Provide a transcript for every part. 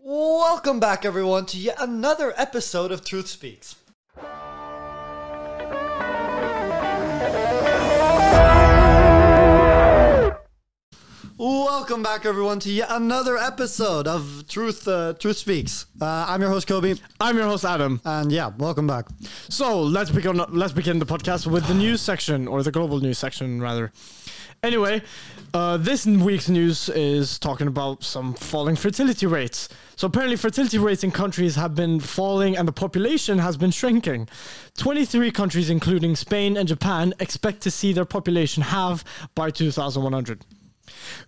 Welcome back, everyone, to yet another episode of Truth Speaks. Welcome back, everyone, to yet another episode of Truth uh, Truth Speaks. Uh, I'm your host Kobe, I'm your host Adam. and yeah, welcome back. So let's begin. Let's begin the podcast with the news section, or the global news section, rather. Anyway, uh, this week's news is talking about some falling fertility rates. So apparently, fertility rates in countries have been falling, and the population has been shrinking. Twenty-three countries, including Spain and Japan, expect to see their population halve by 2100.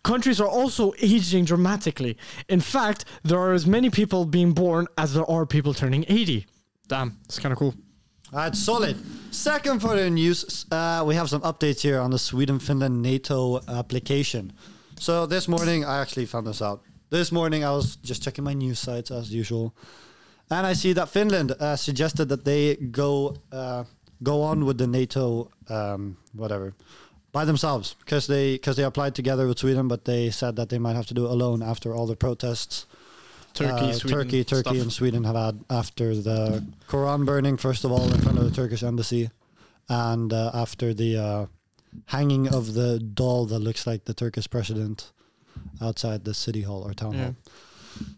Countries are also aging dramatically. In fact, there are as many people being born as there are people turning 80. Damn, it's kind of cool. That's solid. Second for the news, uh, we have some updates here on the Sweden Finland NATO application. So this morning, I actually found this out. This morning, I was just checking my news sites as usual, and I see that Finland uh, suggested that they go uh, go on with the NATO um, whatever by themselves because they because they applied together with Sweden, but they said that they might have to do it alone after all the protests. Turkey, uh, Sweden, Turkey, Turkey, stuff. and Sweden have had after the Quran burning, first of all, in front of the Turkish embassy, and uh, after the uh, hanging of the doll that looks like the Turkish president outside the city hall or town Yeah. hall.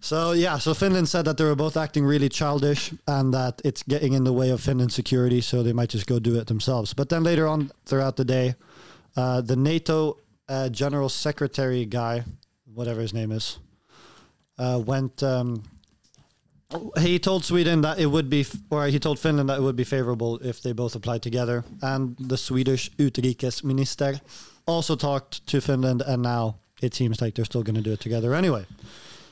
So yeah, so Finland said that they were both acting really childish and that it's getting in the way of Finland's security, so they might just go do it themselves. But then later on throughout the day, uh, the NATO uh, General Secretary guy, whatever his name is, uh, went. Um, he told Sweden that it would be, f- or he told Finland that it would be favorable if they both applied together. And the Swedish utrikesminister also talked to Finland, and now it seems like they're still going to do it together anyway.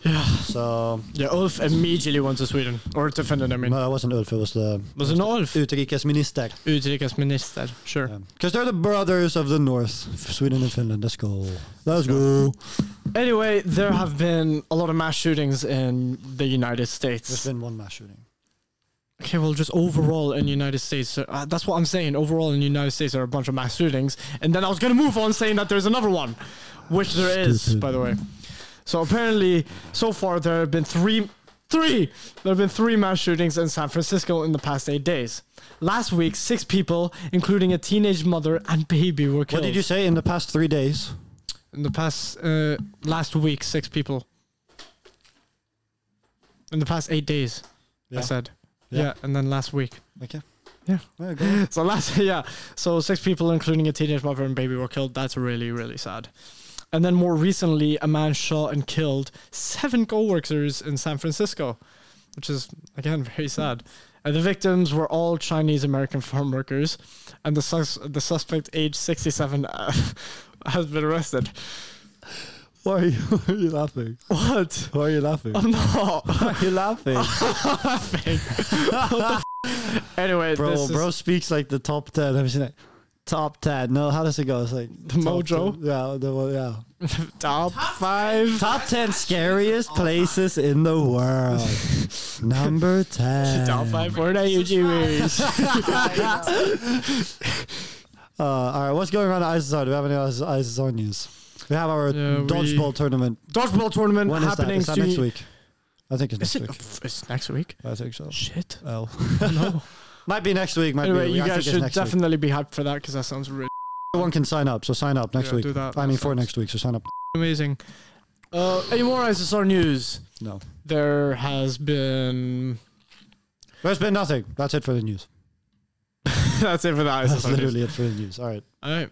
Yeah. So Yeah, Ulf immediately went to Sweden. Or to Finland, I mean. no, it wasn't Ulf; it was the Was it not Ulf? utrikesminister. Utrikesminister, sure. Because Um, they're the brothers of the north, Sweden and Finland. Let's go. Let's go. Anyway, there have been a lot of mass shootings in the United There's States. been one mass shooting. Okay, well, just overall in the United States, uh, that's what I'm saying. Overall in the United States, there are a bunch of mass shootings. And then I was going to move on saying that there's another one, which there is, Stupid. by the way. So apparently, so far, there have been three. Three! There have been three mass shootings in San Francisco in the past eight days. Last week, six people, including a teenage mother and baby, were What killed. did you say in the past three days? in the past uh, last week six people in the past eight days Yeah. i said Yeah. yeah. and then last week Okay. Yeah. Yeah, go on. so last yeah so six people including a teenage mother and baby were killed that's really really sad and then more recently a man shot and killed seven co-workers in san francisco which is again very sad and the victims were all chinese american farm workers and the, sus- the suspect aged 67 uh, has been arrested Why are, you, why are you laughing? what Why are you laughing? i'm not Why are you laughing? laughing. What the f- anyway, bro, this bro is speaks like the top 10. Have you seen it? Top 10. No, how does it go? It's like The top mojo? 10. Yeah, the one- yeah. top five. Top 10 scariest places in the world. Number 10. Top five for the UGVs. Uh, all right, what's going on at ISSR? Do we have any ISSR news? We have our Yeah, we- dodgeball tournament. Dodgeball tournament When is that? happening Is that soon. next week? I think it's next Is it? week. It's next week. I think so. Shit. L. Oh. No. Might be next week. Might anyway, be. you I think guys it's should next Week. definitely be hyped for that because that sounds really Everyone can sign up, so sign up next Yeah, week. do that. I mean, That for sounds- next week, so sign up. amazing. Uh, any more ISSR news? No, There has been. there's been nothing. That's it for the news. That's it for the ISSR That's news. literally it for the news. All right. All right.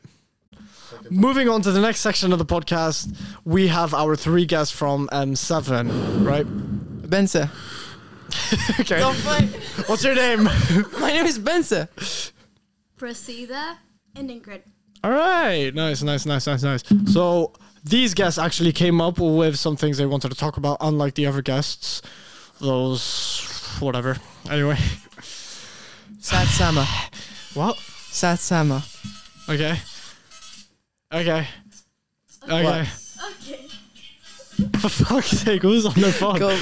Moving on to the next section of the podcast, we have our three guests from M7, right? Bense. Okay. Don't play. What's your name? My name is Bense. Priscilla and Ingrid. All right. Nice, nice, nice, nice, nice. So these guests actually came up with some things they wanted to talk about, unlike the other guests. Those, whatever. Anyway. Sad Sama. What? Sad Sama. Okay. Okay. Okay. Okay. For fuck's sake, who's on the phone? Go.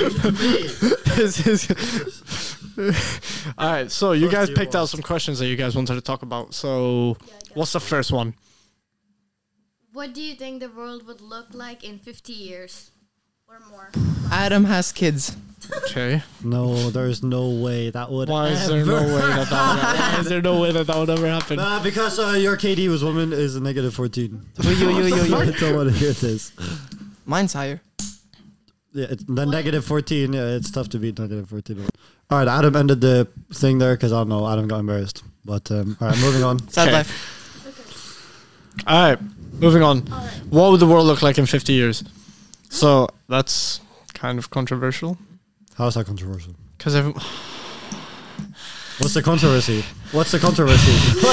This is- All right. So you guys picked out some questions that you guys wanted to talk about. So what's the first one? What do you think the world would look like in 50 years? or more. Adam has kids. Okay. No, there's no way that would. Why is there no way that that would, why is there no way that that would ever happen? Nah, because uh, your KD was woman is a negative 14. But yo, yo, yo, yo. I don't want to hear this. Mine's higher. Yeah, it's the negative 14. Yeah, it's tough to beat negative 14. All right, Adam ended the thing there because I don't know. Adam got embarrassed. But um, all right, moving on. Sad Okay. life. All right, moving on. All right. What would the world look like in 50 years? So that's kind of controversial. How is that controversial? Because every- What's the controversy? What's the controversy?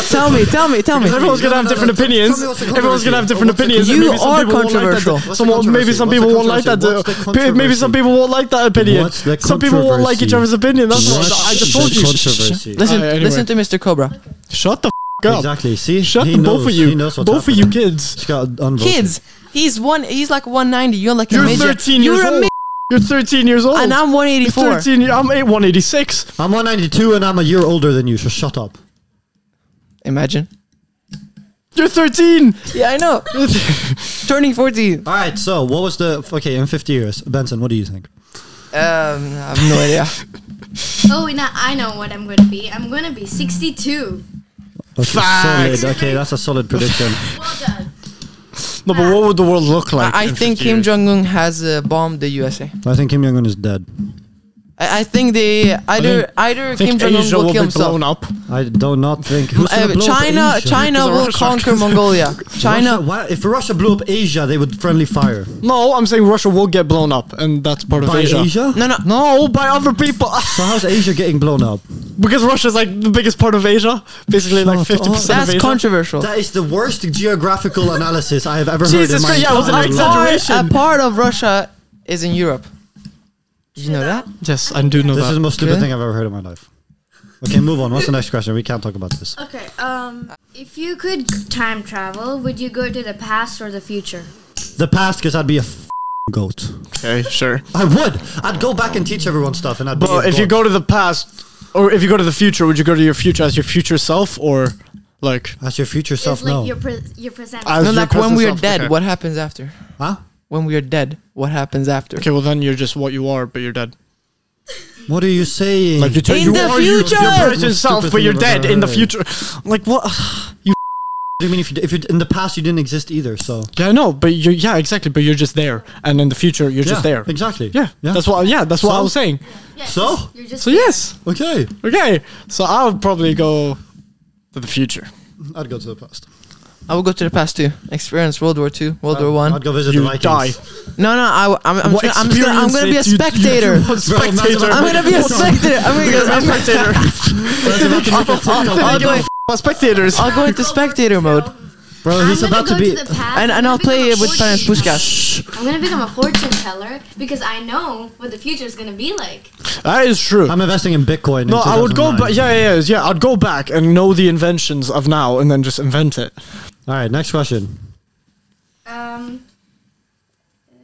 tell me, tell me, tell me. Because everyone's gonna No, have no, different no, tell- opinions. tell me what's the Everyone's gonna have different controversy. opinions. and You maybe some are people won't like that. controversial. What's Some the will- maybe some controversy? people won't like What's the that. uh, controversy? pe- Maybe some people won't like that opinion. What's the Some people won't like each controversy? other's opinion. That's What's what I just told the you. controversy? Listen, Uh, anyway. listen to Mr. Cobra. Shut the f- up. Exactly. See, Shut he the knows, both of He you. knows Both what's of you kids. She got unvoted. Kids, he's one. He's like 190. You're like You're a midget. 13 You're years a old. mid- You're 13 years old. and I'm You're 184. 13. y- I'm eight- 186. I'm 192 and I'm a year older than you, so shut up. Imagine. You're 13. Yeah, I know. Turning Um, 14. All right, so what was the okay in 50 years, Benson? What do you think? Um, I have no idea. Oh, now I know what I'm gonna be. I'm gonna be 62. That's a Facts. solid- okay, that's a solid prediction. Well done. No, but what would the world look like? I, I in think 50 Kim years? Jong Un has uh, bombed the USA. I think Kim Jong Un is dead. I, I think they either think- either I think Kim Jong Un Asia will will kill be himself. blown up. I do not think who's gonna Uh, blow up China, Asia? China Because of will Russia. conquer Mongolia. Russia, China, why, if Russia blew up Asia, they would friendly fire. No, I'm saying Russia will get blown up, and that's part of By Asia? no, no, No, by other people. So how's Asia getting blown up? because Russia's like the biggest part of Asia, basically like Shut up. fifty percent of that's Asia. Oh. controversial. That is the worst geographical analysis I have ever heard in Jesus my Christ! Yeah, was it entire an life. exaggeration? A part of Russia is in Europe. Did you know that? yes, I do know This is the that. most stupid Okay. thing I've ever heard in my life. Okay, move on. What's the next question? We can't talk about this. Okay. Um, if you could time travel, would you go to the past or the future? The past, because I'd be a f- goat. Okay, sure. I would. I'd go back and teach everyone stuff, and I'd. be But a if you god. go to the past, or if you go to the future, would you go to your future as your future self, or like as your future self, It's like no, your pre- your present. as No, your like when present we are self? dead, Okay. what happens after? huh? When we are dead, what happens after? Okay, well then you're just what you are, but you're dead. What are you saying? Like you In the are you- future! your present Stupid self, but thing you're I've dead ever in the heard. future. Like what? What do you mean if you if you in the past you didn't exist either? So Yeah, no, but you're yeah, exactly. But you're just there, and in the future, you're just Yeah, there. exactly. Yeah, that's what. Yeah, that's what I So? was saying. Yeah, So? you're just So yes, okay. okay. So I would probably go to the future. I'd go to the past. I will go to the past too. Experience World War Two, World War One. I'd go visit You the Vikings. die. No, no, I, am I'm, Uh, What just- I'm, just gonna, I'm gonna be a experience did you- spectator. you- you- spectator. I'm gonna be a spectator. I'm gonna, go- I'm gonna- spectator. I'll, go, But spectators. I'll go into spectator mode, Bro, I'm he's gonna about go to be. to the past. and, I'm and gonna I'll play become it a with Ferenc fortune teller. Puskas. I'm gonna become a fortune teller because I know what the future is gonna be like. That is true. I'm investing in Bitcoin. No, in I would go 2009. back. Yeah, yeah, yeah, yeah. I'd go back and know the inventions of now, and then just invent it. All right, next question. Um, uh,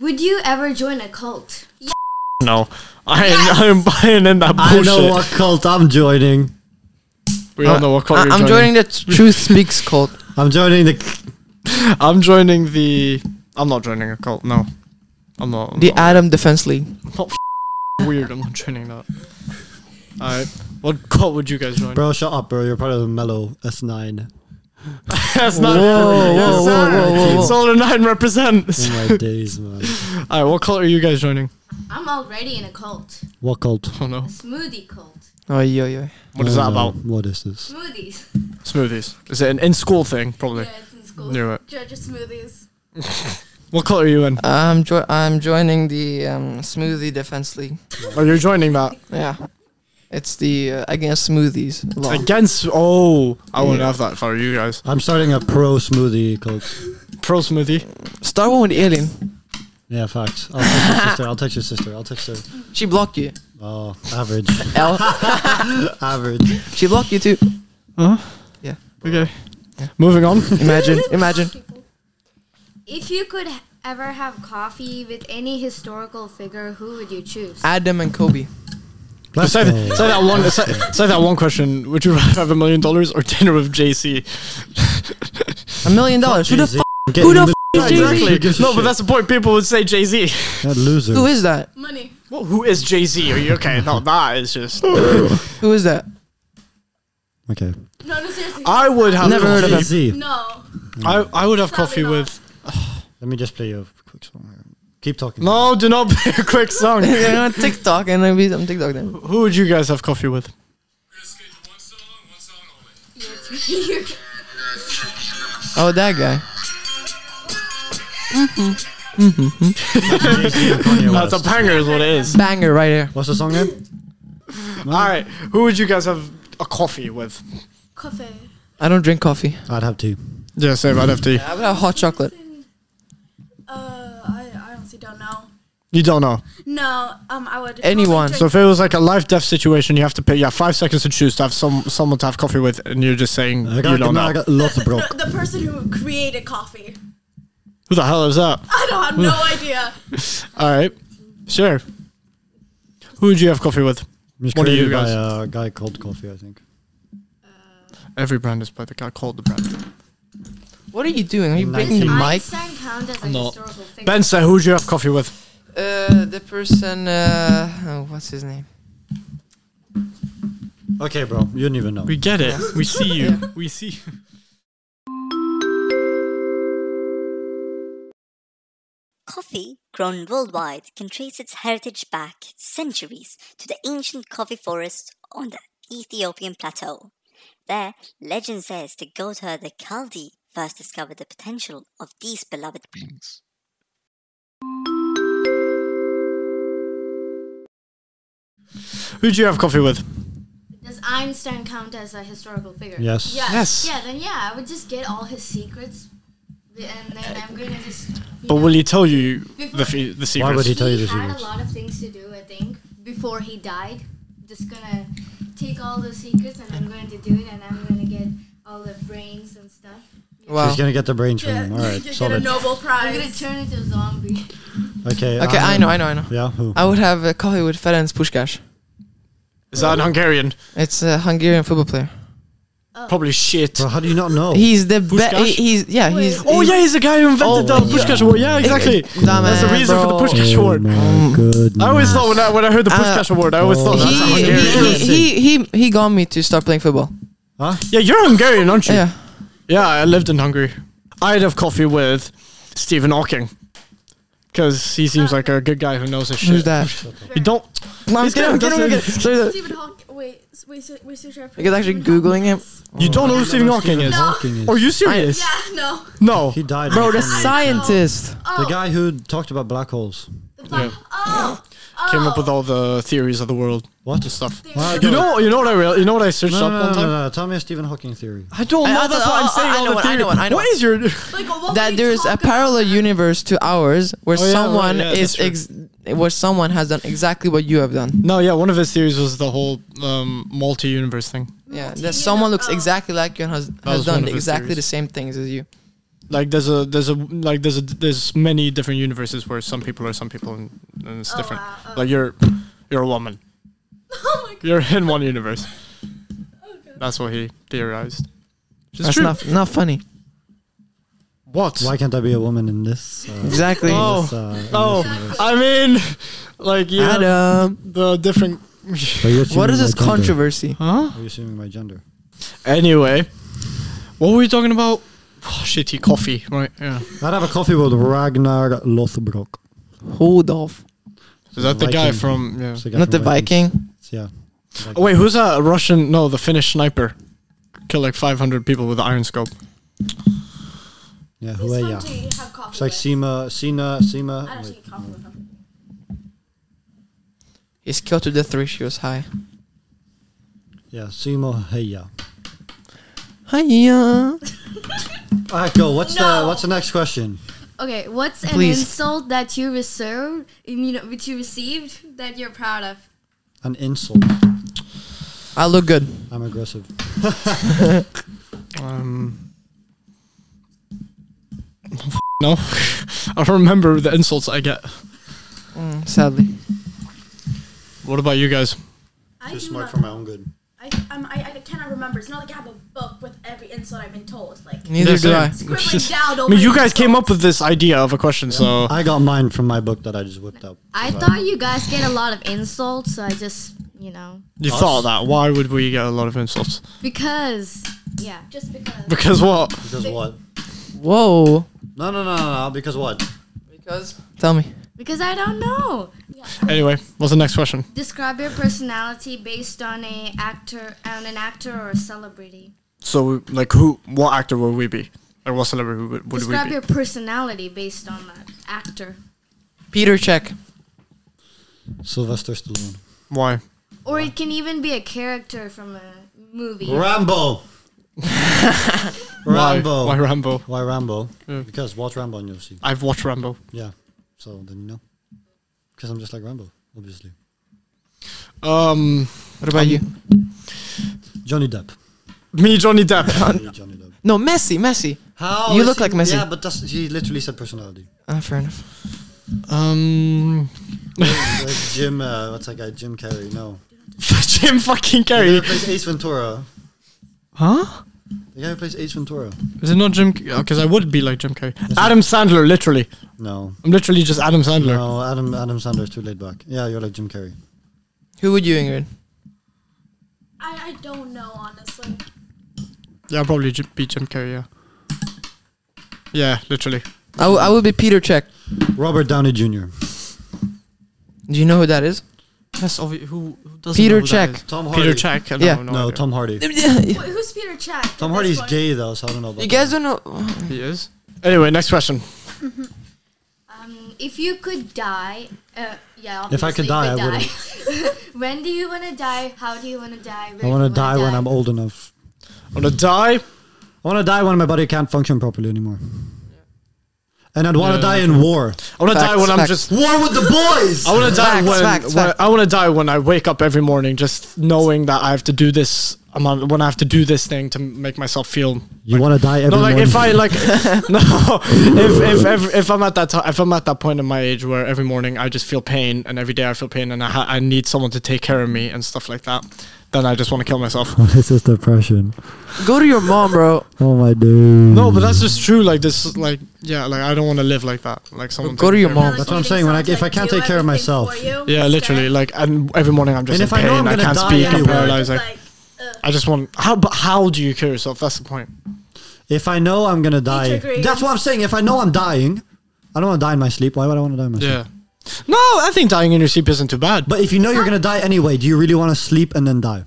would you ever join a cult? No, I am. I am buying in that I bullshit. know what cult I'm joining. we all know what cult I- you're I'm joining the Truth Speaks cult. I'm joining the. I'm joining the. I'm not joining a cult. No, I'm not. The no. Adam Defense League. weird. I'm not joining that. Alright. What cult would you guys join? Bro, shut up, bro. You're part of the mellow S9. That's not Whoa, whoa, whoa, whoa, whoa. Solar 9 represents. Oh my days, man. Alright, what cult are you guys joining? I'm already in a cult, What cult? Oh no. a smoothie cult. Oi, oi, oi. What is Oh, that no. about? What is this? Smoothies. Smoothies. Is it an in school thing? Probably. Yeah, it's in school. You're right. Judge of smoothies. What cult are you in? I'm jo- I'm joining the um, Smoothie Defense League. Oh, you're joining that. Yeah, it's the uh, against smoothies law. Against. Oh. I wouldn't have that if I were you guys. I'm starting a pro smoothie cult. Pro smoothie. Start one with Alien. Yeah, facts. I'll text your sister. I'll text your sister. I'll text her. She blocked you. Oh, average. L. average. she blocked you too. Okay. Moving on. Imagine, imagine. If you could h- ever have coffee with any historical figure, who would you choose? Adam and Kobe. Let's say, go. say that one. Say, say that one question. Would you rather have a million dollars or dinner with JC? A million dollars. Who the Jay-Z. f- Get who in the the f- is yeah, Jay-Z. exactly. Who gives a No, but shit? that's the point. People would say Jay Z. That loser. Who is that? Money. Well, who is Jay Z? Are you okay? No, that is just. Who is that? okay. No, no, seriously. I would have Never heard of him. Jay-Z. no. I, I would have Probably coffee not. with. Let me just play you a quick song. here. Keep talking. No, do not play a quick song. You're on TikTok and I'll be on TikTok then. Who would you guys have coffee with? You're- Oh, that guy. Jay-Z and Kanye That's a West. banger, is what it is. Banger right here. What's the song name? All right, who would you guys have a coffee with? Coffee. I don't drink coffee. I'd have two. Yeah, same. I'd have to. I would have hot chocolate. Uh, I, I honestly don't know. You don't know. No, um, I would. Anyone. probably So drink- if it was like a life death situation, you have to pick. Yeah, five seconds to choose to have some someone to have coffee with, and you're just saying I you got, don't no, I know. got Lothbrok. the, the person who created coffee. Who the hell is that? I don't have no idea. All right, sure. Who would you have coffee with? It was What do you created by guys- a guy called Coffee, I think. Every brand is by the guy called the brand. What are you doing? Are you breaking the Nice. mic? Einstein count as a No. historical figure. Ben, say who would you have coffee with? Uh, the person. Uh, oh, what's his name? Okay, bro. You don't even know. We get it. We see you. We see. You. Coffee, grown worldwide, can trace its heritage back centuries to the ancient coffee forests on the Ethiopian plateau. There, legend says the goat herd the Kaldi first discovered the potential of these beloved beans. Who would you have coffee with? Does Einstein count as a historical figure? Yes. Yeah. Yes. Yeah, then yeah, I would just get all his secrets, and then I'm gonna just. you But know, will he tell you the Before- fe- the Why would secrets? he tell you the had secrets? a lot of things to do, I think, before he died. Just gonna take all the secrets, and I'm going to do it, and I'm gonna get all the brains and stuff. Wow. He's gonna get the brains from Yeah, him. All right, you get a solid. Nobel I'm gonna Prize. turn into a zombie. Oh, Okay. Okay, I'm- I know, I know, I know. Yeah. Who? I would have a coffee with Ferenc Puskas. Is that an Hungarian? It's a Hungarian football player. Oh. Oh. Probably shit. Bro, how do you not know? He's the best. Puskás? He, he's yeah. He's Oh yeah, he's the guy who invented Oh, the Pushkash award. Yeah, exactly. Dumb That's the man, reason for bro. the Pushkash award. Oh my goodness. I always thought when I when I heard the Uh, Pushkash award, I always thought that's he- a He, Hungarian. he, he, he, he got me to start playing football. Huh? yeah, you're Hungarian, aren't you? Yeah. Yeah, I lived in Hungary. I'd have coffee with Stephen Hawking because he seems like a good guy who knows his shit. Uh, Who's that? You don't. He's kidding, good, I'm kidding, I'm that's- kidding. Stephen Hawking. Wait, s- wait, s- wait, wait, You guys actually Googling him? You don't know who Stephen Hawking is? Hawking is- Are you serious? Yeah, no. No. He died. Bro, in the the family. scientist. The guy who talked about black holes. The Yeah. black. Oh. oh. Came up with all the theories of the world. What? and stuff. Wow, You go. know, you know what I real, you know what I searched No, up no, no, one no, time. no, no. Tell me a Stephen Hawking theory. I don't I- know. I that's thought- why I'm oh, saying I all know the what- I theory. know what- I know What what. is your? Like, what That we there is a talk about? parallel universe to ours where Oh, yeah, right, someone yeah, is that's ex- where someone has done exactly what you have done. No, yeah, one of his theories was the whole um, multi-universe thing. Yeah, that Multi-universe. someone looks Oh. exactly like you and has, has was one done of his exactly theories. the same things as you. Like there's a there's a like there's a there's many different universes where some people are some people and, and it's Oh, different. wow. Oh. Like you're you're a woman. Oh my god. You're in one universe. That's what he theorized. Which is That's true. not not funny. what? Why can't I be a woman in this? Uh, Exactly. Oh. this, uh, in oh, this universe? I mean, like you have Adam, the different. Are you assuming what is this my gender? controversy? huh? Are you assuming my gender? Anyway, what were we talking about? Oh, shitty coffee, right? Yeah. I'd have a coffee with Ragnar Lothbrok. Hold off. Is that the guy Viking. from? Yeah. It's guy Not the from Vikings. Viking. Yeah. Oh, wait, who's that Russian? No, the Finnish sniper killed like 500 people with the iron scope. Yeah, Who's who are fun ya? to have coffee It's like with? Sema, Sina, I Sema. don't drink coffee with him. His kill to death ratio is high. Yeah, Sema Heya. Hiya. Alright, go. What's the No. What's the next question? Okay, what's an Please. insult that you reserved, you know, which you received that you're proud of? An insult. I look good. I'm aggressive. Um, no, I don't remember the insults I get. Mm, sadly. What about you guys? I Too do smart not- for my own good. I, um, I, I can't cannot remember. It's not like I have a book with every insult I've been told. Like Neither do I. same. scribbling Just- down I over mean, you guys insults. came up with this idea of a question, so I got mine from my book that I just whipped up. I thought you guys get a lot of insults, so I just, you know, you thought that. Why would we get a lot of insults? because yeah, just because. Because what? Because what? Whoa. No, no, no, no, no. Because what? Because? Tell me. because I don't know. Anyway, what's the next question? Describe your personality based on a actor, on an actor or a celebrity. So, like, who? What actor would we be? Like, what celebrity would, would we Describe be? your personality based on that actor Peter check. Sylvester Stallone. Why? or it can even be a character from a movie. Rambo. Why? Rambo. Why Rambo? Why Rambo? Because watch Rambo and you'll see. I've watched Rambo. Yeah. So then you know. Because I'm just like Rambo, obviously. Um, What about you? Johnny Depp. me, Johnny Depp. Really Johnny Depp. No, Messi, Messi. How You is look he- like Messi. Yeah, but that's, he literally said personality. Ah, fair enough. um, Like Jim, uh, what's that guy? Jim Carrey. No. Jim fucking The guy who Carrey. plays Ace Ventura. Huh? The guy who plays Ace Ventura. Is it not Jim? Because I would be like Jim Carrey. Adam Sandler, literally. No. I'm literally just Adam Sandler. No, Adam Adam Sandler's too laid back. Yeah, you're like Jim Carrey. Who would you, Ingrid? I, I don't know honestly. Yeah, I'll probably Jim- be Jim Carrey. Yeah. Yeah, literally. I, w- I would be Peter check. Robert Downey Jr. Do you know who that is? That's obvious. Who, who doesn't Peter know who that Check. is? Tom Peter Check. I don't Yeah. have No, idea. Tom Hardy. Wait, who's Peter Chad? Tom Hardy's gay though, so I don't know about You that. guys don't know. He is. Anyway, next question. Um, if you could die, uh, yeah. If I could obviously die, I you die. when do you want to die? How do you want to die? I want to die when I'm old enough. On to die. I want to die when my body can't function properly anymore. And I'd want to Yeah. die in war. I want to die Facts, when I'm facts. just. War with the boys. I want to die Facts, when, facts, when facts. I want to die when I wake up every morning, just knowing that I have to do this amount. When I have to do this thing to make myself feel. You want to die every No, like morning. if I like, no, if if every, if I'm at that time, if I'm at that point in my age where every morning I just feel pain and every day I feel pain and I ha- I need someone to take care of me and stuff like that, then I just want to kill myself. this is depression. Go to your mom, bro. Oh my dude. No, but that's just true. Like this, like yeah, like I don't want to live like that. Like someone. Go to taking your care of mom. That's what I'm saying, when I- if I can't take care of myself. me. Yeah, literally. Like and every morning I'm just And in if I know pain. I'm I, gonna can't die speak. I'm anyway- paralyzed. Like, I just want how. But how do you cure yourself? That's the point. If I know I'm gonna die, agrees. that's what I'm saying. If I know I'm dying, I don't want to die in my sleep. Why would I want to die in my sleep? Yeah. No, I think dying in your sleep isn't too bad. But But if you know you're gonna die anyway, do you really want to sleep and then die?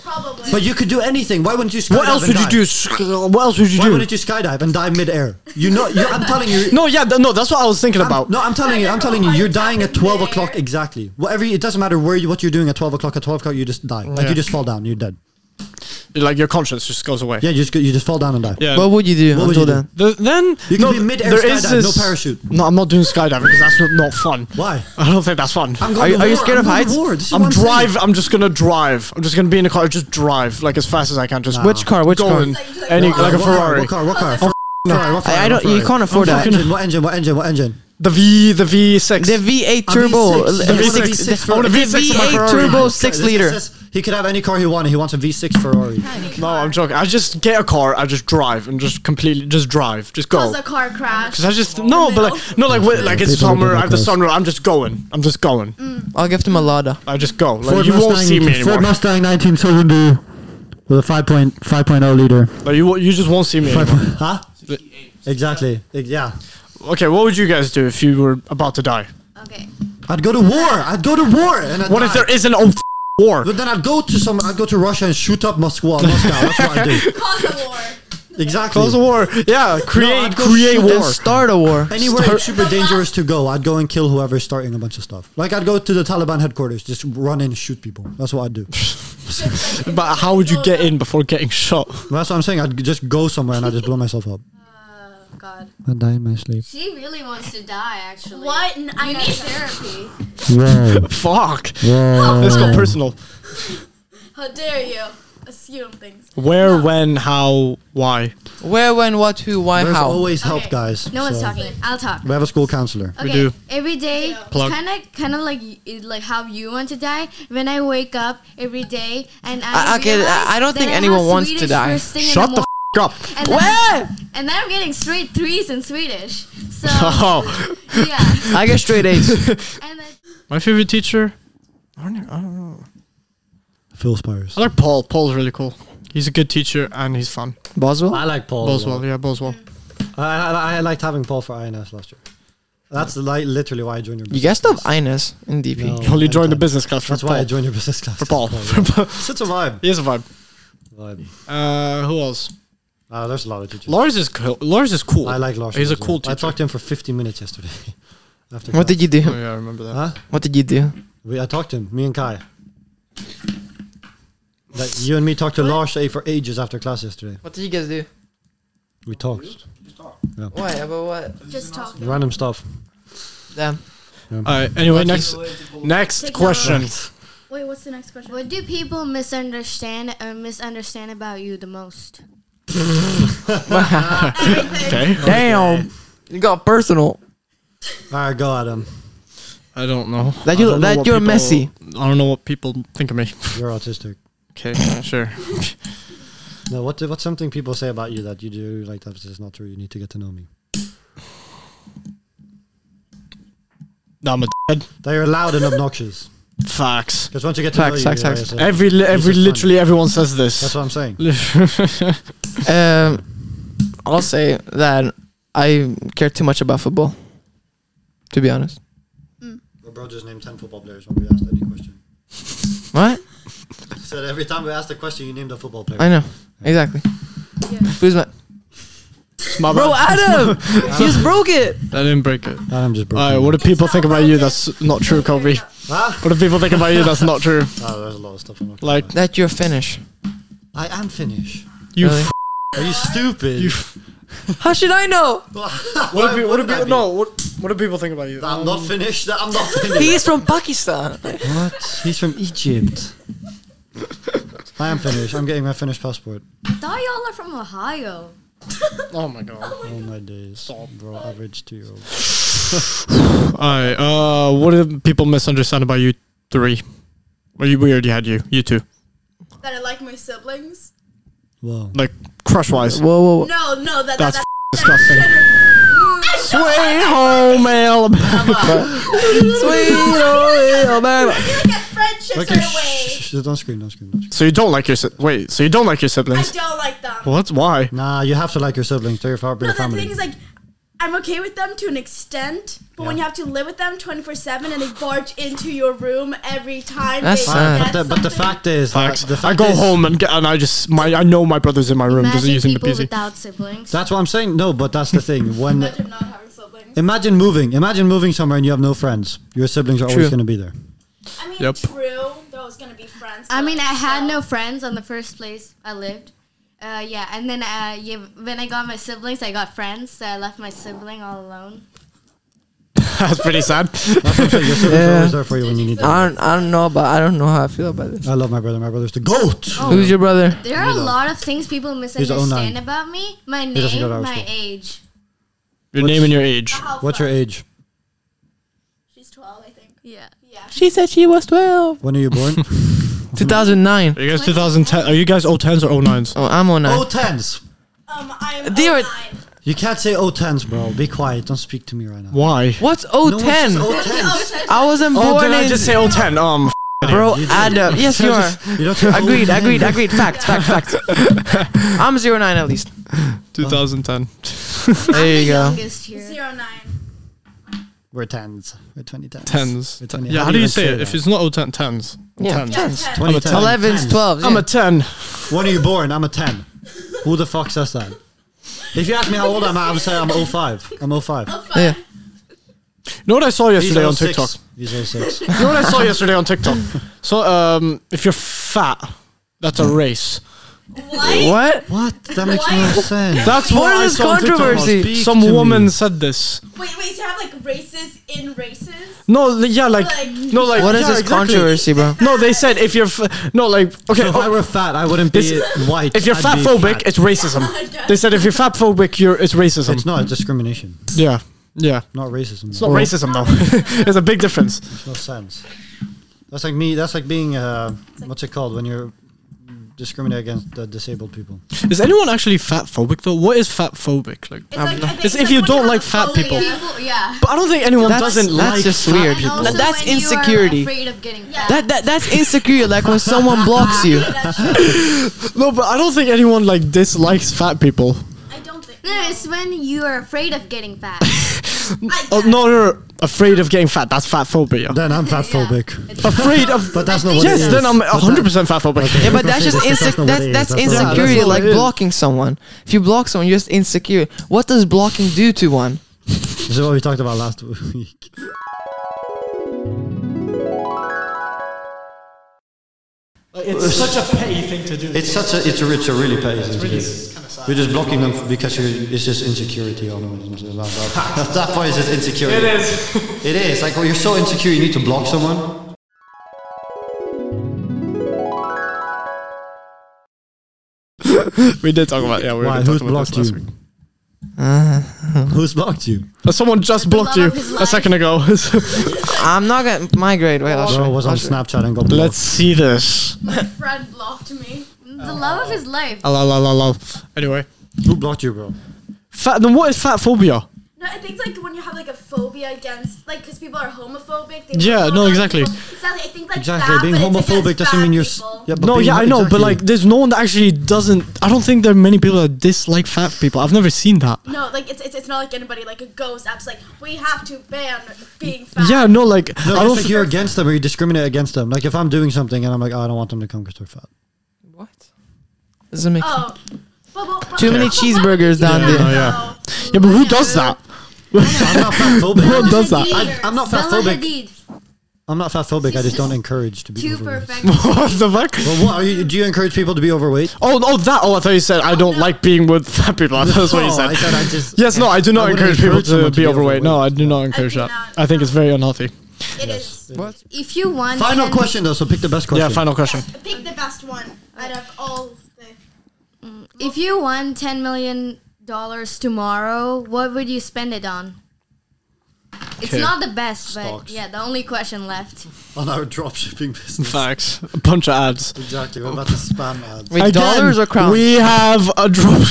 probably. But you could do anything. Why wouldn't you? Skydive what else and would die? you do? What else would you Why do? wouldn't you skydive and die midair? You know, you, I'm telling you. No, yeah, th- no. That's what I was thinking I'm- about. no, I'm telling you, I'm telling you, you're dying at 12 o'clock exactly. Whatever, you- it doesn't matter where you, what you're doing at 12 o'clock. At 12 o'clock, you just die. Like Yeah. you just fall down, you're dead. Like your conscience just goes away. Yeah, you just go- you just fall down and die. Yeah. What would you do What would until you do? then? The, then You can no, be mid-air there is skydive, no this- parachute. No, I'm not doing skydiving because that's not, not fun. Why? I don't think that's fun. I'm Are you- to are you war, scared I'm of going to heights? war, this is I'm what saying. drive. I'm just gonna drive. I'm just gonna be in a car. Just drive like as fast as I can. Just Which car? Which car? going any What like a car, what Ferrari. Car, what car? What car? Ferrari, what Oh, I, I don't. Ferrari, You can't afford What that. engine? What engine? What engine? What engine? The V, the V6. The V8 A turbo. V6. uh, I want a six- V6 the Ferrari. V8 turbo six This- this liter. says He could have any car he wanted. He wants a V6 Ferrari. no, I'm joking. I just get a car. I just drive and just completely just drive. Just go. Cause a car crash. Because I just no, but like no, like wait, like it's People don't do summer. I that have the cars. sunroof. I'm just going. I'm just going. Mm. I'll give them a Lada. I just go. Like you won't see me anymore. Ford Mustang 1970 with a 5.0 5.0 liter. Like you, won't- you just won't see me anymore. Huh? Exactly. Ex- Yeah. Okay, what would you guys do if you were about to die? Okay. I'd go to war. I'd go to war. And I'd What die. if there isn't a f- war? But then I'd go to some. I'd go to Russia and shoot up Moscow. Moscow. That's what I do. Cause a war. Exactly. Cause a war. Yeah, create I'd go create shoot war. Then start a war. Anywhere it's super dangerous to go, I'd go and kill whoever's starting a bunch of stuff. Like I'd go to the Taliban headquarters, just run in and shoot people. That's what I'd do. But how would you get in before getting shot? That's what I'm saying. I'd just go somewhere and I'd just blow myself up. Oh God. I'd die in my sleep. She really wants to die. Actually. What? N- I You need need therapy. therapy. Whoa. Fuck. Whoa. Let's go personal. How dare you? assume things. Where, when, how, why? Where, when, what, who, why, There's how. always help, Okay, guys. No one's so- talking. I'll talk. We have a school counselor. Okay, do. every day, Plug. kind of, kind of like y- is like how you want to die. When I wake up every day, and I- I, I get- realize I- I don't that think have anyone wants to Swedish die. first thing in Shut the mor- f- up. and then- Where? And then I'm getting straight threes in Swedish. So Oh, yeah, I get straight A's. and then my favorite teacher. I don't, know- I don't know. Phil Spires. I like Paul. Paul's really cool. He's a good teacher and he's fun. Boswell? I like Paul. Boswell, yeah, Boswell. I, I, I liked having Paul for INS last year. That's like literally why I joined your. You guys still have Ines in DP. No. Well, he joined the anytime. business class for That's Paul. why I joined your business class. for Paul. Such a vibe. he has a vibe. vibe. Uh, who else? Ah, there's a lot of teachers. Lars is cool. Lars is cool. I like Lars. He's a as well. cool I teacher. talked to him for 15 minutes yesterday. After What did you Oh, do? yeah, I remember that. Huh? What did you do? We, I talked to him. Me and Kai. Like, you and me talked to Lars eh, for ages after class yesterday. What did you guys do? We talked. Why? About what? just talk. Random stuff. Damn. All right. Anyway, Lucky. next next question. Wait, what's the next question? What do people misunderstand or misunderstand about you the most? Okay. Damn. You got personal. All right, go Adam. I don't know. That I you- don't know that what you're people- messy. I don't know what people think of me. You're autistic. Okay, sure. No, what what's something people say about you that you do like that's just not true? You need to get to know me. No, I'm a dead. That you're loud and obnoxious. Facts. Because once you get to know Facts, you, facts, you're facts. like, Every li- every a cunt. literally everyone says that's this. what I'm saying. Um, I'll say that I care too much about football. To be honest. My bro just named ten football players when we asked any question. What? He said every time we asked a question, you named a football player. I know. Exactly. Who's my My Bro, bad. Adam! you just broke it! I didn't break it. I'm just All right. What do people think about you? That's not true, Kobe. Huh? What do people think about you? That's not true. Oh, there's a lot of stuff. I'm not Like That you're Finnish. I am Finnish. you. Really? F- Are you stupid? you. How should I know? What do people? What do wouldn't I people? be? No. What? What do people think about you? I'm not Finnish. that- I'm not Finnish. He's from Pakistan. what? He's from Egypt. I am Finnish. I'm getting my Finnish passport. I thought y'all are from Ohio. Oh my god. Oh my days. Bro, average two year old. Alright, uh, what do people misunderstand about you three? Well, you, we already had you, you two. That I like my siblings? Wow. Like, crush wise. Whoa, whoa, whoa. No, no, that, That's that, disgusting. Sway home, Alabama. Sweet Holy Alabama. that. Look at friendships Okay, right shh, away. shh, shh, don't scream, don't scream, don't scream. so you don't like your si- wait? So you don't like your I siblings? don't like them. What? Why? Nah, you have to like your siblings. They're your far- No, your the family. thing is like, I'm okay with them to an extent, but when you Yeah. have to live with them 24 seven and they barge into your room every time, That's they sad. Uh, but, forget the, but the something. fact is, that- Facts. the I fact go is- home and get, and I just my I know my brother's in my room just Imagine using the people PC. without siblings. That's what I'm saying. No, but that's the thing. When Imagine not having siblings. imagine moving, imagine moving somewhere and you have no friends. Your siblings are always True. going to be there. I mean, Yep. true. They're always gonna be friends. I but, mean, I had still. no friends on the first place I lived. Uh, yeah, and then uh, yeah, when I got my siblings, I got friends, so I left my sibling all alone. That's pretty sad. That's what I'm saying. Your siblings are Yeah. always there for you when you need them. I don't, I don't know about I don't know how I feel about this. I love my brother. My brother's the goat. Who's your brother? There are a lot of things people the misunderstand 09. about me. My doesn't go name, to our my school. age. Your name and your age. What's your age? She's 12, I think. Yeah. She said she was 12. When are you born? 2009. Are you guys 2010? Are you guys 010s or 09s? Oh, I'm on oh that. tens. Um, I'm They are- 09. You can't say oh tens, bro. Be quiet. Don't speak to me right now. Why? What's No one says 010? Oh tens. I wasn't born Oh, did I in just say 010? Um, Bro, Adam. Yes, you are. You don't say Agreed, oh, agreed, tens. agreed. Facts, facts, facts. I'm 09 at least. 2010. There you go. Youngest here. 09. We're tens. We're twenty tens. Tens. We're 20. Yeah, how do you even say it? If that? it's not 010, tens. Yeah. Tens. Yeah, Tens. 10. Twenty I'm a tens. 11's Tens. 12. I'm yeah. a 10. When are you born? I'm a 10. Who the fuck says that? If you ask me how old I'm, I would say I'm 05. I'm 05. Yeah. You know what I saw He's yesterday on 06. TikTok? He's 06. You know what I saw yesterday on TikTok? So, um, if you're fat, that's a race. What? What? What? That makes no sense. That's What what I is this saw on Twitter. controversy? Speak Some to me. woman said this. Wait, wait. So you have like races in races? No, li- yeah, like Like- no, like What is yeah, this exactly. controversy, bro? No, they said if you're f- no, like okay, So if oh, I were fat, I wouldn't be This- white. if you're I'd fat be phobic, fat. it's racism. they said if you're fat phobic, you're it's racism. it's not it's discrimination, yeah, yeah. not racism. It's not racism though. There's a big difference. Makes no sense. That's like me. That's like being uh, what's it called when you're discriminate against uh, disabled people. Is anyone actually fat phobic though? What is fat phobic like? It's like, I think It's it's if you when don't have like a fat phobia. people. People, yeah. But I don't think anyone That's- doesn't that's like just fat weird. And also That- that's when you are insecurity. afraid of getting fat. That that that's insecure. Like when someone blocks you. That shit. No, but I don't think anyone like dislikes fat people. I don't think. No, it's when you are afraid of getting fat. I, Oh, no, no, no, afraid of getting fat. That's fat phobia. Then I'm fat phobic. Afraid of. But that's not what it Yes, is. then I'm But that- 100% fat phobic. Yeah, but that's just That's not insec- what that's, it that's is. That's not- insecurity, that's not like what it is. blocking someone. If you block someone, you're just insecure. What does blocking do to one? This is what we talked about last week. It's such a petty thing to do. It's such a it's a it's a really petty thing to do. You're just blocking them because you're, it's just insecurity. Oh no, it's not that. That's- that point is just insecurity. It is. It is like well, you're so insecure you need to block someone. We did talk about yeah. We Why? already Who's talked about blocked this last you? week. Who's blocked you? Uh, Someone just blocked love you of his a life. second ago. I'm not gonna migrate. Wait, I'll show Bro you. was on Snapchat and got blocked. Let's see this. my friend blocked me. the love of his life. La la la la. Anyway, Who blocked you, bro? fat. Then what is fat phobia? No, I think it's like when you have like a phobia against, like, because people are homophobic. They Yeah, like no, homophobic exactly. people. Exactly. I think like Exactly. that, being but it's homophobic against doesn't bad mean you're. s- people. Yeah, but No, being- yeah, I know, but exactly. like, there's no one that actually doesn't. I don't think there are many people that dislike fat people. I've never seen that. No, like it's, it's it's not like anybody like goes up. It's like we have to ban being fat. Yeah, no, No, like, I it's don't like think you're against them or you discriminate against them. Like if I'm doing something and I'm like, oh, I don't want them to come because they're fat. What? Does it make? Oh. But, but, but, Too many but why cheeseburgers would you down do there. Yeah, that, yeah. though? Yeah, but who does that? I'm not fat Who phobic. does that? I- I'm not Bella fatphobic. Hadid. I'm not fat phobic. I just don't encourage to be Too overweight. perfect. what the fuck? Well, what are you? Do you encourage people to be overweight? Oh, oh, that. Oh, I thought you said I don't like being with fat people. I thought that's what you Oh, said. I said I just. Yes, no, I do not I wouldn't encourage people encourage to someone be, overweight. No, I do not encourage do that. not. I think it's very unhealthy. It is. What? If you want. Final then- question though. So pick the best question. Yeah, final question. Pick the best one out of all the. If you won ten million dollars tomorrow, what would you spend it on? It's Okay. not the best, but Stocks. yeah, the only question left. On our dropshipping business. Facts. A bunch of ads. Exactly. We're about to spam ads. Wait, dollars or crowns? We have a drop.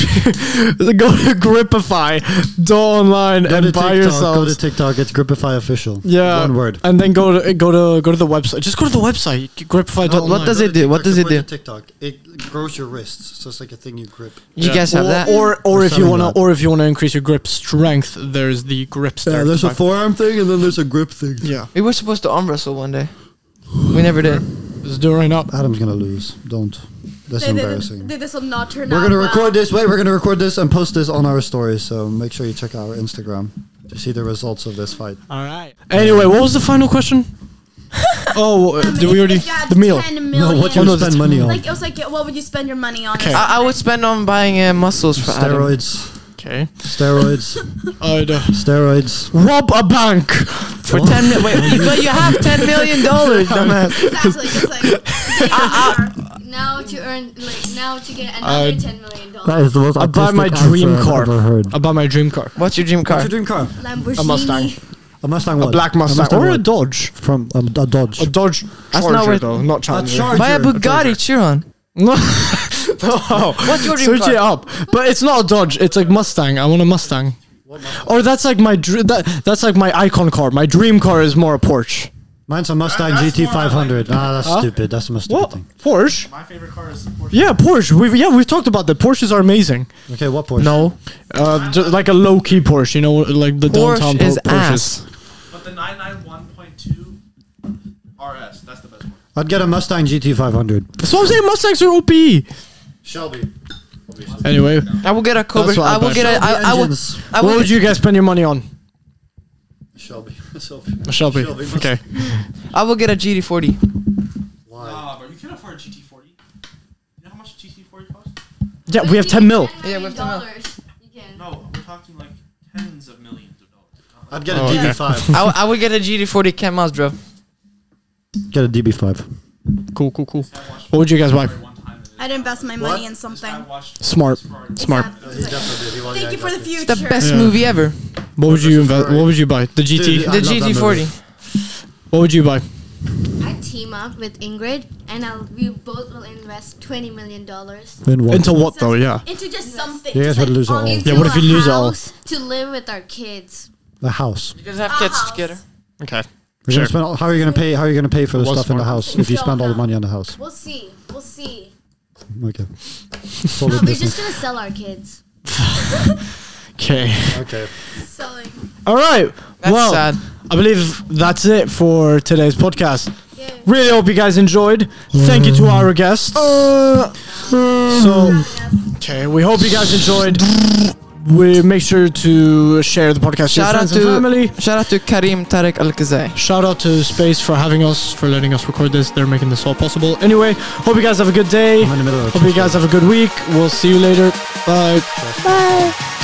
go to Gripify, go online Go and to buy TikTok, Go yourselves. to TikTok. It's Gripify official. yeah, One word. And then go to go to go to the website. Just go to the website. Gripify. What- what does it do? What does it do? TikTok. It grows your wrists, so it's like a thing you grip. You guys have or, that? Or or We're if you selling wanna that. or if you wanna increase your grip strength, there's the grip strength. forearm thing, and then there's a grip thing. yeah. we were supposed to arm wrestle one day. We never did. Let's do it right now. Adam's gonna lose. Don't. That's Th- th- embarrassing. th- this will not turn We're out. gonna well. record this. Wait, we're gonna record this and post this on our stories. So make sure you check out our Instagram to see the results of this fight. All right. Anyway, what was the final question? oh, uh, did If we you already had the meal? 10 No, million, what you no, spend that's- money on? Like it was like, what would you spend your money on? or Okay. something? I, I would spend on buying uh, muscles for Adam. steroids, Okay. steroids, Uh, the- steroids. rob a bank. For ten mi- wait, but you have ten million dollars, dumbass. Exactly. It's like, Uh, Now to earn, like now to get another ten million That dollars. is the most. I buy my dream car. I've ever heard. I buy my dream car. What's your dream car? What's your dream car? Lamborghini. A Mustang. A Mustang. A What? black Mustang, Mustang or a what? Dodge. from um, a Dodge. A Dodge That's Charger not what- though, not Challenger. Charger. Buy a Bugatti Chiron. no. no. What's your dream Oh. Search car? it up. But it's not a Dodge. It's like Mustang. I want a Mustang. Or that's like my dr- that, that's like my icon car. My dream car is more a Porsche. Mine's a Mustang GT500. Ah, that's stupid. That's the most stupid What thing. Porsche? My favorite car is Porsche. Yeah, Porsche. We've yeah we've talked about that. Porsches are amazing. Okay, what Porsche? No, Uh, ju- like a low key Porsche, you know, like the downtown Porsche po- is Porsches. ass. But the 991.2 RS, that's the best one. I'd get a Mustang GT500. So I'm saying Mustangs are OP. Shelby. Anyway, I will get a Cobra. That's what I I will buy. get a. I, I will. Engines. I what will. would you guys spend your money on? Shelby. A Shelby. Shelby Mustang. Okay. I will get a Why? GD40. Uh, Ah, bro, you can afford a GT40. You know how much a GT40 costs? Yeah, But we have if 10 you mil. get Yeah, we have 10 mil. dollars, You can. No, we're talking like tens of millions of dollars. Not like- I'd get a Oh, okay. DB5. I, I would get a GD40 Cam Mouse, bro. get a DB5. Cool, cool, cool. I watched What would you guys buy? one time and I'd invest my money in something. I watched Smart. Ferrari. Smart. Thank you for the future. It's the best movie ever. What would you invest? Ferrari. What would you buy? The Dude, I GT. The love that GT40. movie. What would you buy? I team up with Ingrid, and I'll, we both will invest twenty million Oh. dollars. In what? Into what though? Yeah. Into just something. You guys just would like lose on- all. Yeah, what if you lose it all? To live with our kids. The house. You guys have kids kids house. together. together. Okay. You're Sure. gonna spend all, how are you gonna pay? How are you gonna pay for the Well, stuff in the smart. house if you spend all the money on the house? We'll see. We'll see. Okay. No, Solid we're just business. gonna sell our kids. Okay. Okay. Selling. All right. That's well, sad. I believe that's it for today's podcast. Yeah. Really hope you guys enjoyed. Thank you to our guests. so, okay, we hope you guys enjoyed. We make sure to share the podcast Shout out to your friends and family. to shout out to Karim Tarek Al Kazai. Shout out to Space for having us, for letting us record this. They're making this all possible. Anyway, hope you guys have a good day. I'm in the middle of a Hope you guys have a good week. We'll see you later. Bye.